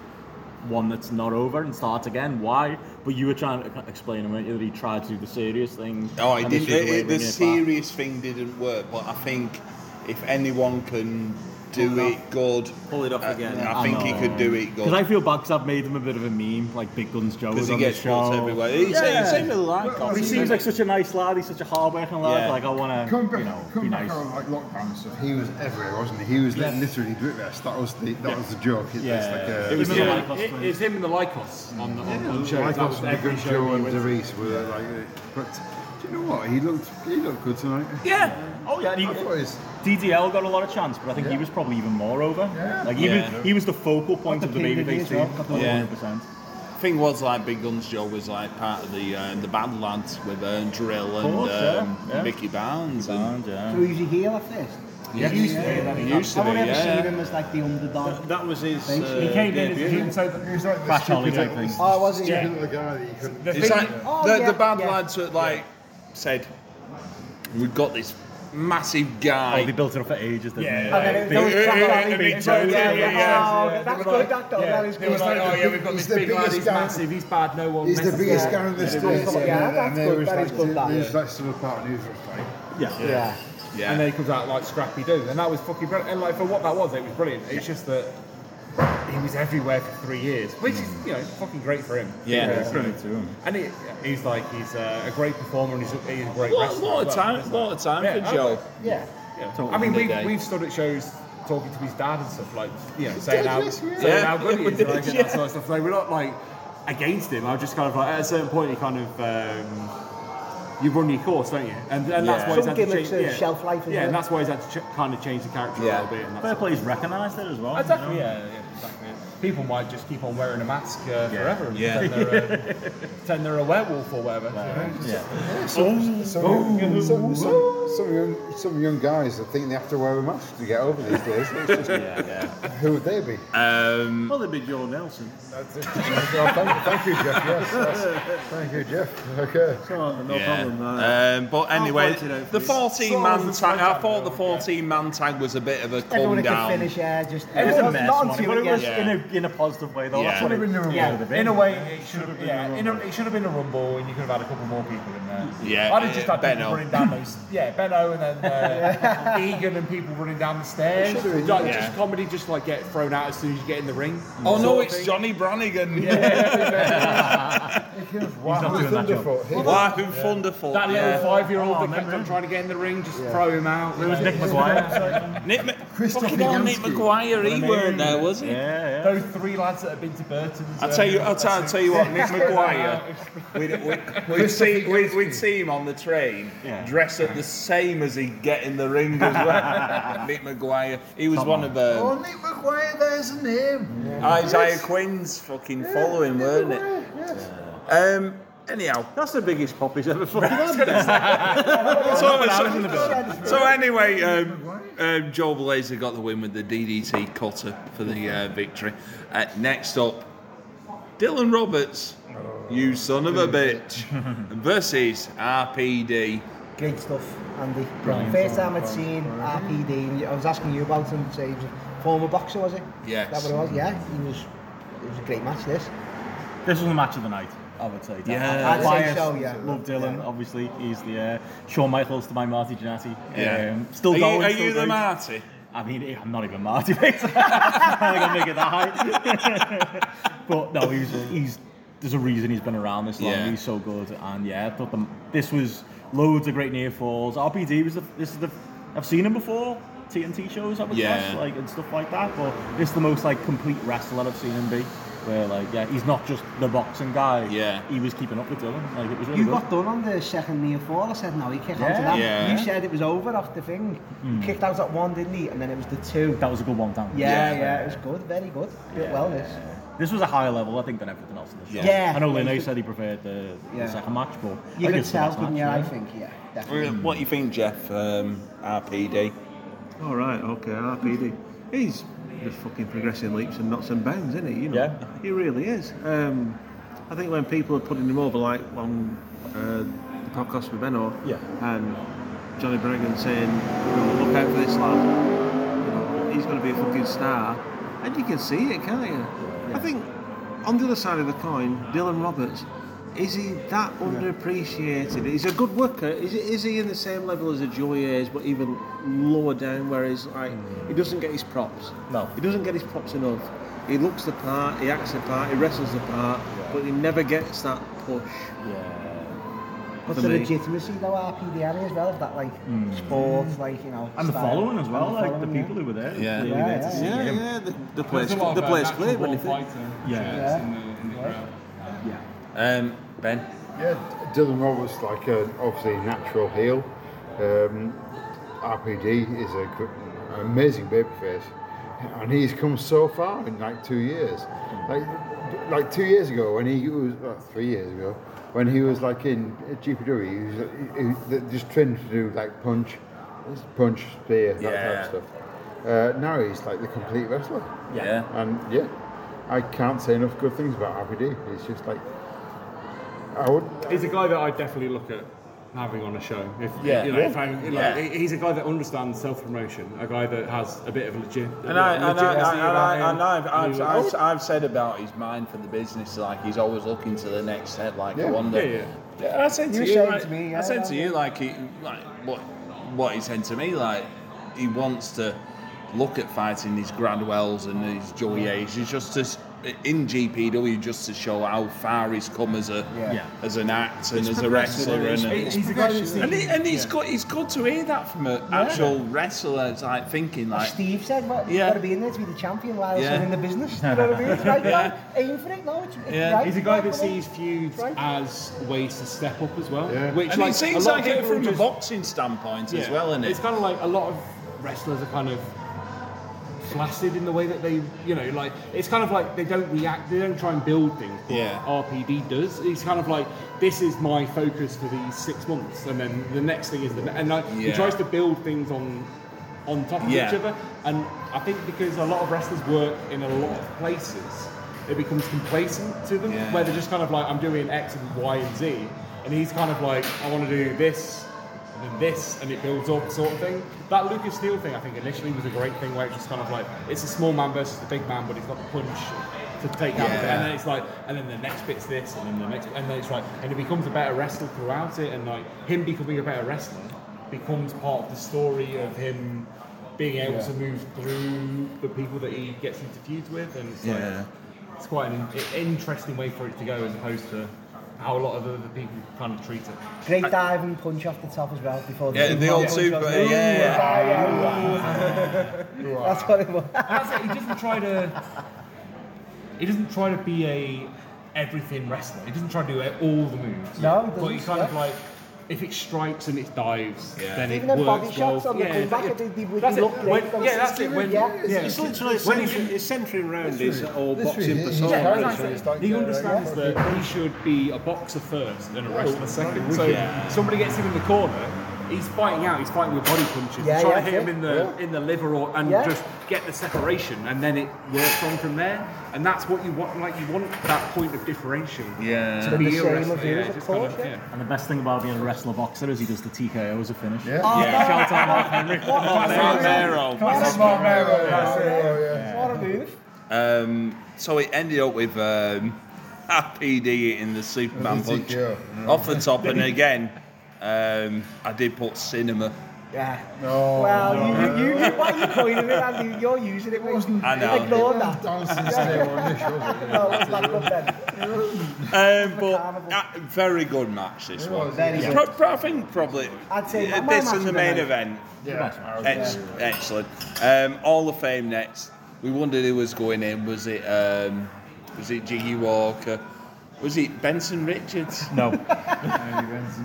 one that's not over and start again. Why? But you were trying to explain to me that he tried to do the serious thing. No, Oh, it and this didn't. was a way It, of the bringing it back. serious thing didn't work, but I think if anyone can do it, good, uh, Pull it off again. I, think he know. could do it Because I good feel bad because I've made him a bit of a meme, like Big Guns Joe because was he on gets the show. shots everywhere. He's Yeah. same with Lycos. He seems like such a nice lad. He's such a hard-working lad. Yeah. Like I want Coming to, back, you know, be coming back nice. on like lockdown and stuff, he was everywhere, wasn't he? He was li- literally doing rest. That was the that was the joke. It, Yeah. It's like uh, It a, was It, the Lycos it, it's him and the Lycos on the on, on shows. like That was us and the every good show Joe he and went to. Derice were like. uh, But do you know what? He looked he looked good tonight. Yeah, Oh yeah, and I thought he, his DDL got a lot of chance, but I think he Yeah. was probably even more over. Yeah. Like he Yeah. was he was the focal point the of the king of babyface the year, team. Yeah. 100%. thing was like Big Guns Joe was like part of the uh, the bad lads with uh, Drill and course, yeah, um, yeah. Mickey Barnes. And, And, yeah. So he's a heel at first. yeah, He used to be. then he He got- used to I've be, never yeah. seen him as like the underdog. That was his. He Uh, He came in as a debut. heel, so the, was like Crash Holly type thing. Oh, was he? Yeah. The guy that you couldn't. the It's thing like Oh, the, yeah, the bad yeah. lads that like said, we've got this massive Oh, guy. they built it up for ages, didn't Yeah. they? And then it- there was Big- Crash yeah, Holly. yeah, big Yeah, toe, yeah, yeah, yeah. yeah. Oh, That's good, that though. That is They were good. like, oh yeah, we've got He's this the big lad, biggest he's guy. massive, he's bad, no one He's the messes biggest with him. guy on the that's stage. good, yeah, and- that's and there good, was that is like, good, that. there was like some apart, and he was just like, Yeah. Yeah. yeah. And then he comes out like Scrappy Doo, and that was fucking brilliant. And like for what that was, it was brilliant. It's just that he was everywhere for three years, which is you know fucking great for him. Yeah. it's brilliant. And he, he's like he's uh, a great performer and he's a, he's a great What, wrestler. what a as well. time! What a time Yeah, for Joe. Yeah. Yeah. I mean, Big we've, day. we've stood at shows talking to his dad and stuff like you know saying how saying Yeah. how good he is Yeah. and (laughs) like, and that sort of stuff. Like we're not like against him. I was just kind of like at a certain point you kind of. Um, you run your course, don't you? And, and that's Yeah. why he's Some had to gimmicks change. are Yeah, shelf life, isn't yeah and it? that's why he's had to ch- kind of change the character Yeah. a little bit. And that Fair sort of play's recognised it as well. Exactly, yeah, yeah, exactly. people might just keep on wearing a mask uh, forever and Yeah. pretend, they're a, pretend they're a werewolf or whatever. Yeah, some, some, young, some, some, some, young, some young guys are thinking they have to wear a mask to get over these days. It's (laughs) just, Who would they be? Um, Well, they'd be Joe Nelson. That's it. Oh, thank, thank you, Jeff. Yes, that's, thank you, Jeff. Okay. So, no yeah. problem. uh, Um, but I'll anyway, point it out for the you. 14 man tag. I thought the 14 man tag was a bit of a Everyone come who can down. finish, yeah, just It was a mess, not wasn't until it? but it you was get- Yeah. in, a, in a positive way, though. Yeah. That's what it Should have been a yeah, rumble. been. in a way, it should have been. Yeah, in a, it should have been a rumble, and you could have had a couple more people in there. Yeah, Uh, I'd have just yeah, had people Benno. running down those. Yeah, Benno and then (laughs) uh, Egan and people running down the stairs. It should have been, like, yeah. Just comedy, just like get thrown out as soon as you get in the ring. Oh no, Mm. Sort of it's thing. Johnny Branigan. not doing that job. Thunderfoot. He- Wow, wonderful. That little yeah. five-year-old that kept on trying to get in the ring, just throw him out. It was Nick Maguire. Nick, Ma- fucking hell, Nick Maguire, he weren't there, was he? yeah, yeah. Those three lads that have been to Burton's. uh, I tell you, I'll tell, I'll tell you what, Nick Maguire. We'd, we'd, (laughs) we'd, see, we'd, we'd see him on the train Yeah. dress up the same as he'd get in the ring as well. Nick Maguire, he was one of um, the. Oh, Nick McGuire, there's a name. Isaiah Quinn's fucking following, weren't it? Um, anyhow, That's the biggest pop he's ever fucking had. so, so, so anyway, um, um, Joe Blazer got the win with the DDT cutter for the uh, victory. Uh, next up, Dylan Roberts, you son of a bitch, (laughs) versus RPD. Great stuff, Andy. First time I'd seen RPD, and I was asking you about him, say he was a former boxer, was he? Yes. Is that what it was? Yeah, he was, it was a great match, this. This was the match of the night, I would say. Yeah. I'd say Maguire, so, yeah. Love Dylan, obviously. He's the uh, Shawn Michaels to my Marty Jannetty. Yeah. Um, still are you, going. are still you the great. Marty? I mean, I'm not even Marty. (laughs) mate. I think I make it that high. (laughs) but no, he's he's there's a reason he's been around this long. Yeah. He's so good, and yeah, I thought the, this was loads of great near falls. RPD was the this is the I've seen him before TNT shows. I would Yeah. guess, like and stuff like that. But this is the most like complete wrestler I've seen him be. Where like yeah, he's not just the boxing guy. Yeah. he was keeping up with Dylan. Like it was really You good. got done on the second near fall. I said, no, he kicked out Yeah. Hmm. of that. Yeah. You said it was over off the thing. He kicked out at one, didn't he? And then it was the two. that was a good one down. Yeah, Yeah. yeah, it was good, very good. Bit well, this. This was a higher level, I think, than everything else in the show. Yeah. I know Leno said he preferred the, Yeah. the second match, but You I think could it's the tell, best couldn't match, you? I yeah. think, yeah, definitely. What do you think, Jeff? Um, RPD. All right, okay, RPD. He's just fucking progressing leaps and knots and bounds, isn't he? You know, Yeah. he really is. Um, I think when people are putting him over, like on uh, the podcast with Benno, Yeah. and Johnny Bregan saying, "Oh, "Look out for this lad. You know, he's going to be a fucking star," and you can see it, can't you? I think on the other side of the coin, Dylan Roberts. Is he that underappreciated? He's a good worker. Is he, is he in the same level as a Joey Ayres, but even lower down, where he's like, he doesn't get his props. No. He doesn't get his props enough. He looks the part, he acts the part, he wrestles the part, but he never gets that push. But for the me. legitimacy, though, RPD had as well, of that, like, sports, like, you know. And the style. following as well, And like the following, yeah. people who were there. Yeah. really Yeah, there to yeah, see Yeah, him. yeah, the, the There's place, a lot of, the uh, place natural clear, born wouldn't you think? fighter Yeah. in the, in the crowd. Um, ben. Yeah, Dylan Roberts, like a, obviously a natural heel. Um, RPD is a, gr- an amazing babyface, and he's come so far in like two years. Like, like two years ago when he was well, three years ago when he was like in GPW, he was, uh, he, he, they just trained him to do like punch, punch, spear, that Yeah. type of stuff. Uh, now he's like the complete wrestler. Yeah. And yeah, I can't say enough good things about RPD. It's just like I would. He's a guy that I definitely look at having on a show. If, Yeah. you know, if I, like, Yeah. he- he's a guy that understands self-promotion. A guy that has a bit of legit. And I, and I, legitimacy and I, and about I, him. have I've, And I've, I've said about his mind for the business, like he's always looking to the next step. Like I Yeah. wonder. Yeah, I said to You're you, saying like, to me, yeah, I said to yeah. you, like, he, like what, what he said to me, like he wants to look at fighting these Gradwells and these Joey A's. He's just as in GPW just to show how far he's come as a Yeah. Yeah. as an actor and as a progressive, wrestler and. isn't a- it? he's a guy that's and, he, and he's got it's good to hear that from an actual wrestler. It's like thinking As like Steve said, well, Yeah. you've got to be in there to be the champion while Yeah. yeah. in the business. You know what I mean? It's right, Yeah. yeah. aim for it, no, it's, it's Yeah. right. He's a guy right, that come on. sees feuds Right. as ways to step up as well. Yeah. Which And like, it seems a lot like of it people from a just- boxing standpoint as well, Yeah. isn't it? It's kind of like a lot of wrestlers are kind of flaccid in the way that they, you know, like it's kind of like they don't react, they don't try and build things. But Yeah. RPD does. It's kind of like this is my focus for these six months, and then the next thing is the and like he Yeah. tries to build things on on top of Yeah. each other. And I think because a lot of wrestlers work in a lot of places, it becomes complacent to them, Yeah. where they're just kind of like, I'm doing X and Y and Z, and he's kind of like, I want to do this. And then this, and it builds up, sort of thing. That Lucas Steele thing, I think, initially was a great thing, where it's just kind of like it's a small man versus the big man, but it's got the punch to take out. of it. Yeah. And then it's like, and then the next bit's this, and then the next, and then it's like, and he becomes a better wrestler throughout it, and like him becoming a better wrestler becomes part of the story of him being able to move through the people that he gets into feuds with, and it's Yeah. like it's quite an in- interesting way for it to go as opposed to how a lot of other people kind of treat it. (laughs) Great dive and punch off the top as well before the Yeah, two the pop old punch super- off. yeah, yeah, yeah. (laughs) That's what it was. That's it. He doesn't try to. He doesn't try to be a everything wrestler. He doesn't try to do all the moves. No, he but he doesn't, kind of yeah. like if it strikes and it dives, Yeah. then Even it the works body well. shots on the comeback, it did- it would that's it. look great When- from yeah, that's it. When, Yeah. yeah. It's literally When he- centering, it's centering round his old This boxing really is. persona. Yeah, isn't exactly. it? It's like, he uh, understands yeah. that he should be a boxer first and a Oh, wrestler second. So Yeah. somebody gets him in the corner, he's fighting out, he's fighting with body punches, Yeah, trying yeah, to hit yeah. him in the in the liver or and Yeah. just get the separation, and then it works on from there. And that's what you want, like you want that point of differential. Yeah. To be The a same wrestler, as you, yeah, of just kind of, course, yeah. yeah. And the best thing about being a wrestler boxer is he does the TKO as a finish. Yeah. Shout out Mark Henry. That's my man, right there. Yeah. What a move. Um, so it ended up with um, (laughs) RPD in the Superman With the punch TKO. off the top, and again, um, I did put cinema. Um, Yeah. No. Well, you, you, you, why are you pointing it, Andy? You're using it. Wasn't, I know. Ignore that. Dancing stare on this, wasn't it? No, it's not good then. Um, but uh, very good match this one. Very good. Pro- pro- I think probably I'd say uh, my this match and the of the main night. event. Yeah. Ex- excellent. Um, all the fame next. We wondered who was going in. Was it um, was it Jiggy Walker? Was it Benson Richards? No. (laughs)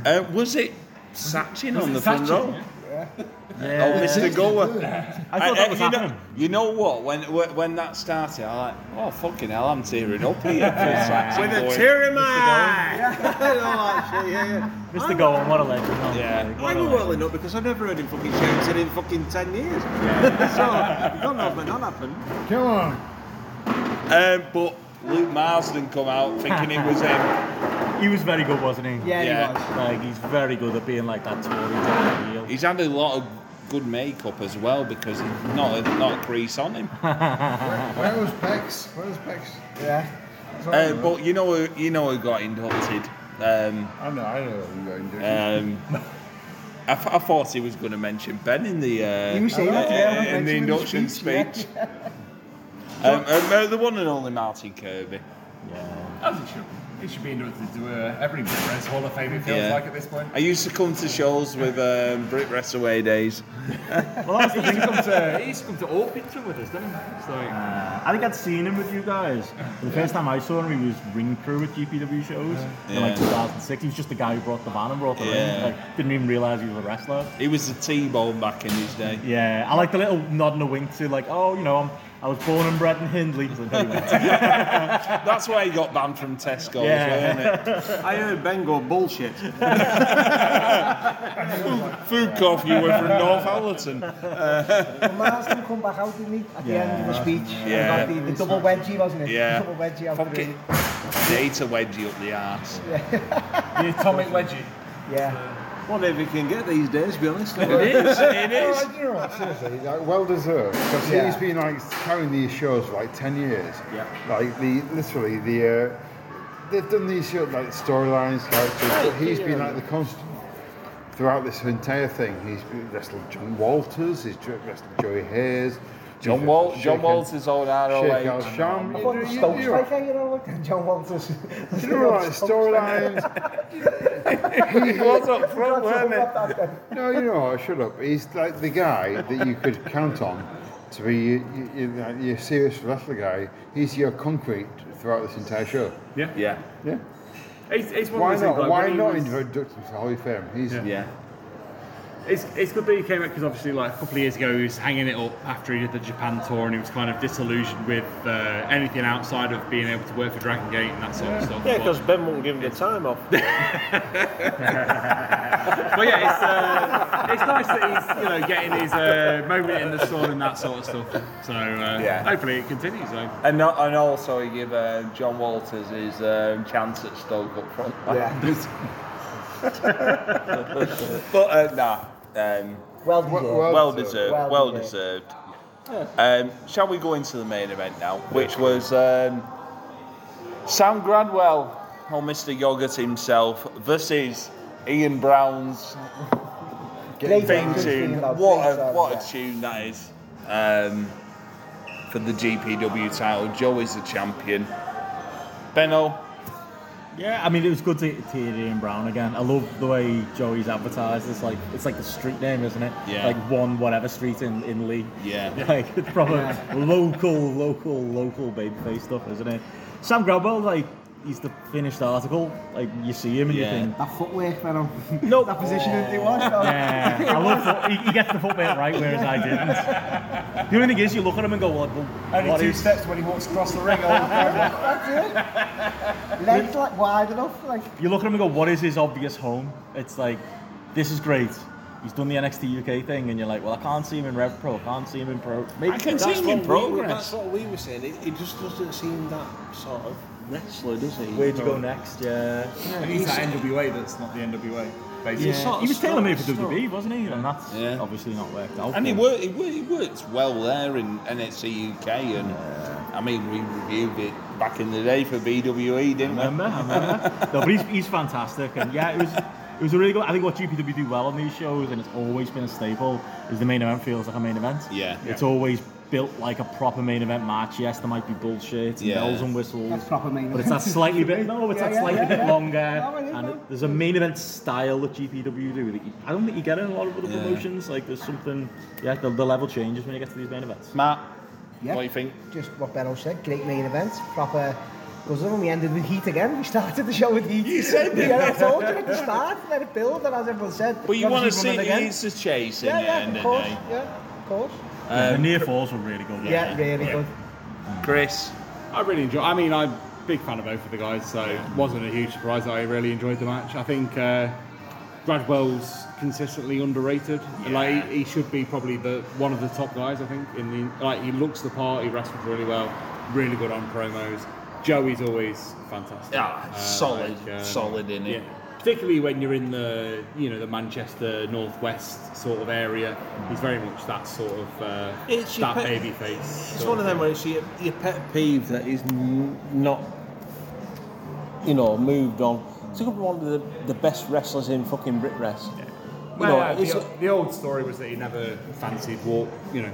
Uh, was it Sachin on the front row? Oh, Mr. Goa. I thought that was uh, you, happening. know, you know what? When when when that started, I like, oh fucking hell, I'm tearing up here. for Sachin With a boy." tear in my eye. (laughs) Mr. Gowan, what a legend. Oh, Yeah. like, I what a were legend. well enough because I've never heard him fucking shouting in fucking 10 years. (laughs) so, you don't know when that happened. Come on. Um, but Luke Marsden come out thinking it (laughs) was him. He was very good, wasn't he? Yeah, Yeah. he was. Like, he's very good at being like that Tory heel. He's had a lot of good makeup as well because he's not a, not a crease on him. Where was Pex? Where was Pex? Yeah. Uh, but you know who- you know who got inducted. Um, I know, I know who you're going to. um, I, th- I thought he was going to mention Ben in the uh, You were saying that, uh, yeah, in I mentioned the him in the induction speech, (laughs) speech. Um, um, uh, the one and only Martin Kirby. As it should. be. It should be inducted to uh, every Brits Hall of Fame. It feels Yeah. like at this point. I used to come to shows with um, Brit Wrestaway days. Well, that's the He thing. used to come to he used to come to all picture with us, didn't he? It's like, (laughs) I think I'd seen him with you guys. The first time I saw him, he was ring crew at GPW shows in like Yeah. 2006. He was just the guy who brought the van and brought the Yeah. ring. Like, didn't even realize he was a wrestler. He was a T-bone back in his day. Yeah, I like the little nod and a wink to like, oh, you know, I'm, I was born and bred in Hindley. "Oh, Anyway, That's why he got banned from Tesco Yeah. as well, isn't it? I heard Ben go bullshit. (laughs) Food cough, you were from North Allerton. Well, Marsden come back out, didn't he? At the end of the speech. Yeah. About the, the double wedgie, wasn't it? Yeah. Double wedgie out Fuck the it. ring. Data wedgie up the arse. the atomic wedgie. Yeah. Whatever you can get these days, to be honest. It is, it is. Oh, you know what, seriously, like, well deserved because Yeah. he's been like carrying these shows for like ten years. Yeah. Like the literally the uh, they've done these shows like storylines, characters, but he's been like the constant throughout this entire thing. He's been- wrestled John Walters, he's dr- wrestled Joey Hayes, (laughs) John, he's Wal- John shaken- Walters on Shake Al ROH. Sham. I thought the You- Stokes you- like that, you know, look at John Walters. you know, like storylines. He was up front, weren't he? That's No, you know what? Shut up. He's like the guy that you could count on to be your, your, your, your serious wrestler guy. He's your concrete throughout this entire show. Yeah. Yeah. It's, it's one Why of those things, not? like, Why when he not was- introduce him to Hall of Fame? He's Yeah. It's, it's good that he came back because obviously, like a couple of years ago, he was hanging it up after he did the Japan tour, and he was kind of disillusioned with uh, anything outside of being able to work for Dragon Gate and that sort of stuff. Yeah, But- because Ben won't give him the time (laughs) off. But yeah, it's, uh, it's nice that he's you know getting his uh, moment in the sun and that sort of stuff. So uh, Yeah. hopefully it continues. Though. And, not, and also, he gave uh, John Walters his um, chance at Stoke up front. Yeah. (laughs) But uh, nah, um, Well Well, deserved. well- well deserved. deserved. Well Well deserved. Um, shall we go into the main event now, which was um, Sam Granwell, or Mr. Yogurt himself, versus Ian Brown's Great theme entrance tune. theme, though. Great What a song, what yeah. a tune that is. Um, for the GPW title, Joe is the champion. Benno, Yeah, I mean it was good to, to hear Ian Brown again. I love the way Joey's advertised. It's like it's like the street name, isn't it? Yeah. Like one whatever street in, in Lee. Yeah. (laughs) Like it's proper local, local, local babyface stuff, isn't it? Sam Grabwell, like he's the finished article. Like you see him and Yeah. you think That footwork, man. um, Nope. That positioning he was. though. Yeah, I love foot- he, he gets the football right, whereas I didn't. The only thing is, you look at him and go, well, well, Only what two is- steps when he walks across the ring. That's it. Legs like wide enough, like. you look at him and go, what is his obvious home? It's like, this is great. He's done the NXT UK thing, and you're like, well, I can't see him in Rev Pro, I can't see him in Pro. Maybe I can see That's him what, in we were, that's progress. what we were saying. It, it just doesn't seem that sort of wrestler, does he? where'd you go next? Yeah. Yeah, He's that NWA that's not the NWA. Basically. He's sort of He was stuck- tailor made for stuck. WWE, wasn't he? And that's Yeah. obviously not worked out. And he for him. worked, he, worked, he worked well there in NXT UK, and I mean, we reviewed it back in the day for BWE, didn't we? Remember? I remember. no, but he's, he's fantastic, and yeah, it was it was a really good. I think what GPW do well on these shows, and it's always been a staple, is the main event feels like a main event. Yeah. it's always built like a proper main event match. Yes, there might be bullshit and Yeah. bells and whistles. That's proper main But it's that slightly bit. No, it's Yeah, that yeah, slightly yeah, bit yeah. longer, No, it is, and no. it, there's a main event style that GPW do. That you, I don't think you get in a lot of other Yeah. promotions. Like there's something. Yeah, the, the level changes when you get to these main events. Matt, Yeah. what do you think? Just what Benno said, great main event, proper guzzle, and we ended with heat again. We started the show with heat. You said that. Yeah, I told you at the start, let it build, and as everyone said. But you want to obviously see run it the again. Easter chase in Yeah, the yeah, end of of course, the day. yeah, of course. Um, the near falls were really good. Yeah, really good. Chris, I really enjoy. I mean, I'm a big fan of both of the guys, so it wasn't a huge surprise that I really enjoyed the match. I think uh, Gradwell's consistently underrated. and Like he, he should be probably the one of the top guys. I think in the like he looks the part. He wrestles really well. Really good on promos. Joey's always fantastic. Uh, um, Ah, solid, solid, innit? Yeah. Particularly when you're in the you know the Manchester northwest sort of area, he's very much that sort of uh, It's your that pe- baby face. It's one of them where it's your, your pet peeve that is n- not, you know, moved on. It's like one of the, the best wrestlers in fucking Brit Rest. You know, Well, it's- the, the old story was that he never fancied walk, you know,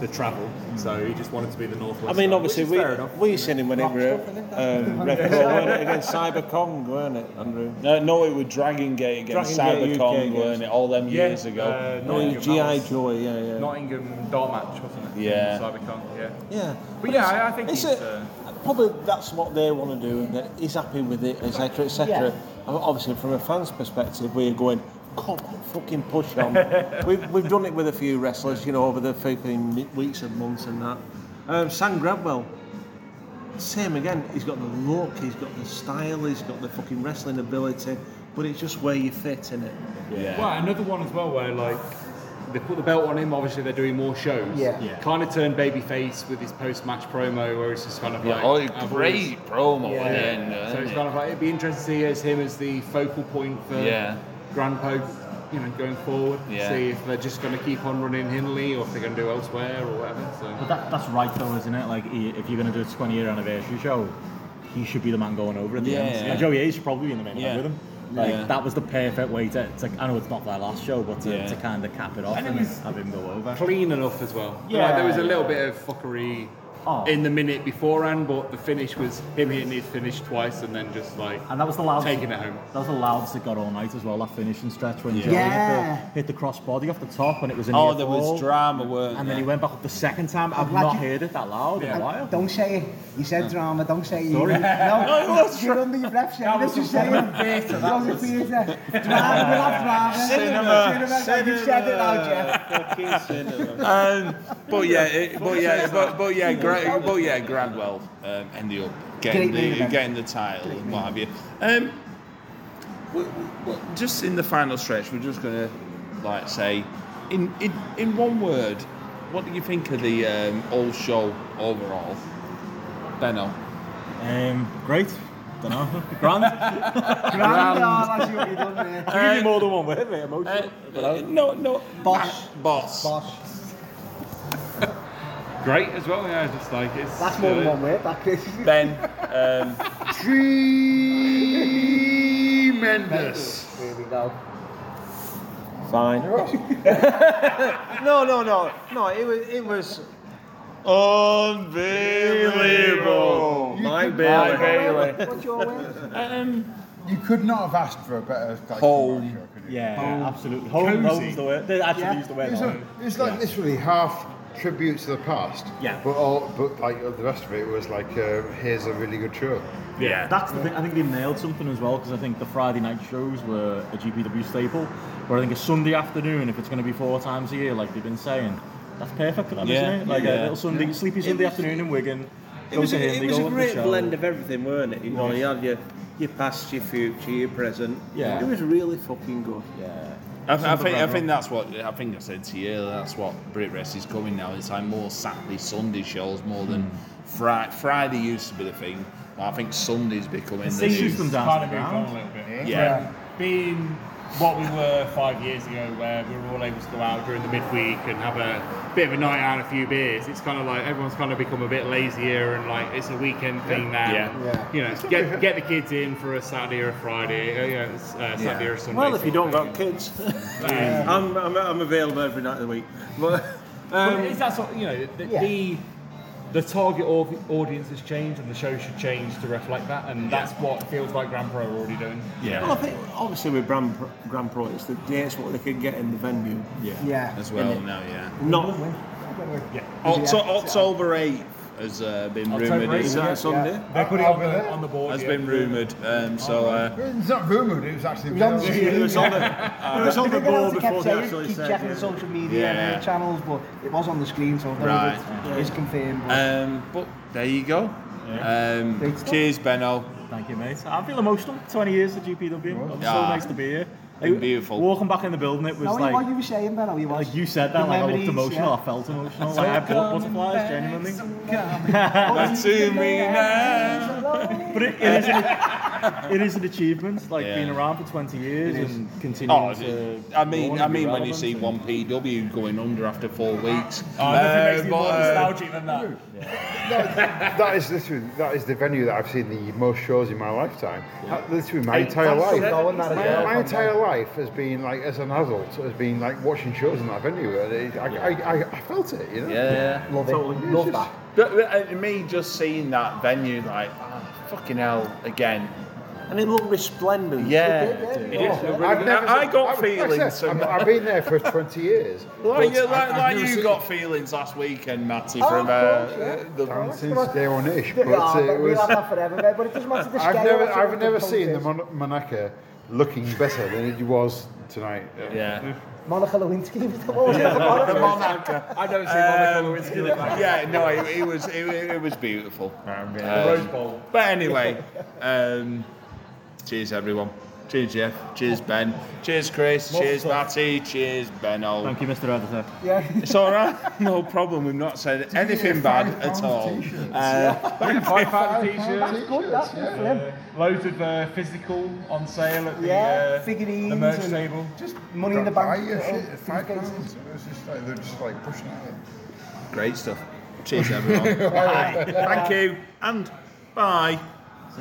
the travel, so he just wanted to be the I northwest. mean, guy, obviously, which is we, fair enough. we seen him when it were (laughs) um, Red Pro, weren't it? Against Cyber Kong, weren't it, Andrew? no, no, it was Dragon Gate against Dragon Gate UK Cybercon, against- weren't it? All them years ago. uh, No, Nottingham, that G.I. was Joy, yeah, yeah. Nottingham door match, wasn't it? Yeah. Cybercon, yeah. yeah. But yeah, it's- I- I think it's he's, uh, a- probably that's what they want to do, and that he's happy with it, etc., etc. Yeah. Obviously, from a fan's perspective, we're going, come on, fucking push (laughs) on. we've, we've done it with a few wrestlers, you know, over the fucking weeks and months and that. Um, Sam Gradwell, same again. He's got the look, he's got the style, he's got the fucking wrestling ability, but it's just where you fit in it. Well, another one as well where like they put the belt on him. Obviously, they're doing more shows. Yeah. Yeah. Kind of turned babyface with his post-match promo, where it's just kind of yeah, like, oh, I've always- great promo Yeah. at the end. So wasn't it's it? kind of like it'd be interesting to see as him as the focal point for Yeah. Grand Pope, you know, going forward. Yeah. See if they're just going to keep on running Hinley or if they're going to do elsewhere or whatever. So But that, that's right though, isn't it? Like, i- if you're going to do a 20 year anniversary show, he should be the man going over at the Yeah, end. yeah. And Joey A should probably be in the main Yeah. event with him. Like, Yeah. that was the perfect way to, to. I know it's not their last show, but to, Yeah. to kind of cap it off and, it was- have him go over. clean enough as well. Yeah. Like, there was a little bit of fuckery Oh. in the minute beforehand, but the finish was him hitting his finish twice and then just like And that was the loudest. taking it home. That was the loudest it got all night as well. That finishing stretch when Joey Yeah. hit, the, hit the crossbody off the top and it was in Oh, the there was drama, weren't And then he there? went back up the second time. I'm I've glad not you- heard it that loud in a while. Don't say it. You said drama, don't say it. Sorry. No, no, you're under your breath saying this, you're saying it. Joseph Peter, drama, we'll have drama. Cinema, You said it out, Jeff. Um, but yeah, it, but yeah, but, but yeah, Gra- but yeah, Gradwell um, ended up getting Great main the event. getting the title and what have you. Um, we, we, we- just in the final stretch, we're just gonna like say, in in, in one word, what do you think of the um, all show overall, Benno? Um, great. Don't know. Grand. Drama, that's what you're doing there. Give me more than one word, mate. Emotional. Uh, no, no, Boss. boss. Bosh. Great as well, yeah, just like it's That's more than one word, that Chris. Ben. um, Tremendous. There we go. Fine. (laughs) no, no, no, no. It was, it was Unbelievable. Mike Mike Bailey. Bailey. What's your word? You could not have asked for a better Home. documentary, could you? Yeah, absolutely. Home, home's the word. They actually Yeah. used the word. It's, home. a, it's like literally half tribute to the past. Yeah. But all, but like the rest of it was like, uh, here's a really good show. Yeah, that's the thing. I think they've nailed something as well because I think the Friday night shows were a GPW staple. Where I think a Sunday afternoon, if it's going to be four times a year, like they've been saying, that's perfect for them, Yeah, isn't it? Like yeah. a little Sunday, sleepy Sunday afternoon in Wigan. It go was, to a, him, it they was go a on the great show. blend of everything, weren't it? You know, you had your, your past, your future, your present. Yeah. It was really fucking good. Yeah. I, I think I think that's what I think I said to you. That's what Brit Rest is coming now. It's like more Saturday Sunday shows more than Friday. Friday used to be the thing. but I think Sunday's becoming the They new. shoot them down kind to the of moved on a ground. little bit. Yeah. being what we were five years ago, where we were all able to go out during the midweek and have a bit of a night out, and a few beers. It's kind of like everyone's kind of become a bit lazier, and like it's a weekend thing now. Yeah. You know, get get the kids in for a Saturday or a Friday. Uh, yeah, it's, uh, Saturday or Sunday. Well, if you don't got kids, (laughs) I'm, I'm, I'm available every night of the week. (laughs) But um, But is that sort you know the, Yeah. the the target au- audience has changed and the show should change to reflect that, and that's what it feels like Grand Pro are already doing. well, Yeah, I think obviously with Grand, Pro- Grand Pro, it's the dates what they could get in the venue. Yeah. as well now. Yeah, Not Oct- October eighth has uh, been rumoured. is Is, that a Sunday? They're putting I'll on be the, there. on the board. has yeah. been rumoured. Um, so uh, It's not rumoured, it was actually. was on the real. street. It was on the, it was on the Everything board else he before kept they saying, actually keep said. checking the yeah. social media Yeah. and the channels, but it was on the screen, so Right. it is confirmed. But um, but there you go. Um, Thanks. cheers, Benno. Thank you, mate. I feel emotional. 20 years at GPW. It's so Yeah. nice to be here. Been beautiful. Walking back in the building, it was no, like. what you were saying, Ben, you was. Like you said that, The like I memories, looked emotional, yeah. I felt emotional, like I bought butterflies, genuinely. Back to me now. But it, it, is an, it is an achievement, like Yeah. being around for 20 years and continuing Oh, to. I mean, grow I and be mean, when you relevant see and- one PW going under after four weeks, Oh, nothing Uh, makes me but, more uh, nostalgic than that. That is literally that is the venue that I've seen the most shows in my lifetime. That, literally my entire That's life. still going, that as My, well, my from entire life has been like, as an adult, has been like watching shows in that venue. And it, I, I, I, I felt it, you know. yeah. Love it. Love that. But, but, uh, me just seeing that venue, like, ah, fucking hell, again. And it looked resplendent. Yeah. I've never, I- I got like said, feelings. I've, I've been there for 20 years. Like, but you, like, I've- I've like never you seen got feelings last weekend, Matty, Oh, from uh, of uh, course, yeah. the. down since day one ish, but Ah, it we'll was. have that forever, mate, but it doesn't matter the I've scale, never, it's all I've never the seen the poses. Mon- Monaca looking better than it was tonight. Yeah. Monica Lewinsky was the one. The Monica. I don't see Monica Lewinsky in it. Yeah, no, it, it was it, wa- it was beautiful. Um, Rose Bowl. But anyway, um, cheers everyone. Cheers Jeff. Cheers Ben. Cheers Chris. Cheers Matty. Cheers Benno. Thank you, Mr. Editor. (laughs) Yeah. It's all right. (laughs) No problem. We've not said anything bad at all. Uh, Five That's pound t-shirt. good, that's good for them. Loads of uh, physical on sale at the, Yeah, uh, figurines the merch and- table. Just money in the Buy bank. your little shit at five briefcases. pounds. It was just like, they're just like pushing it. great stuff. Cheers, everyone. Bye. Thank you. And bye.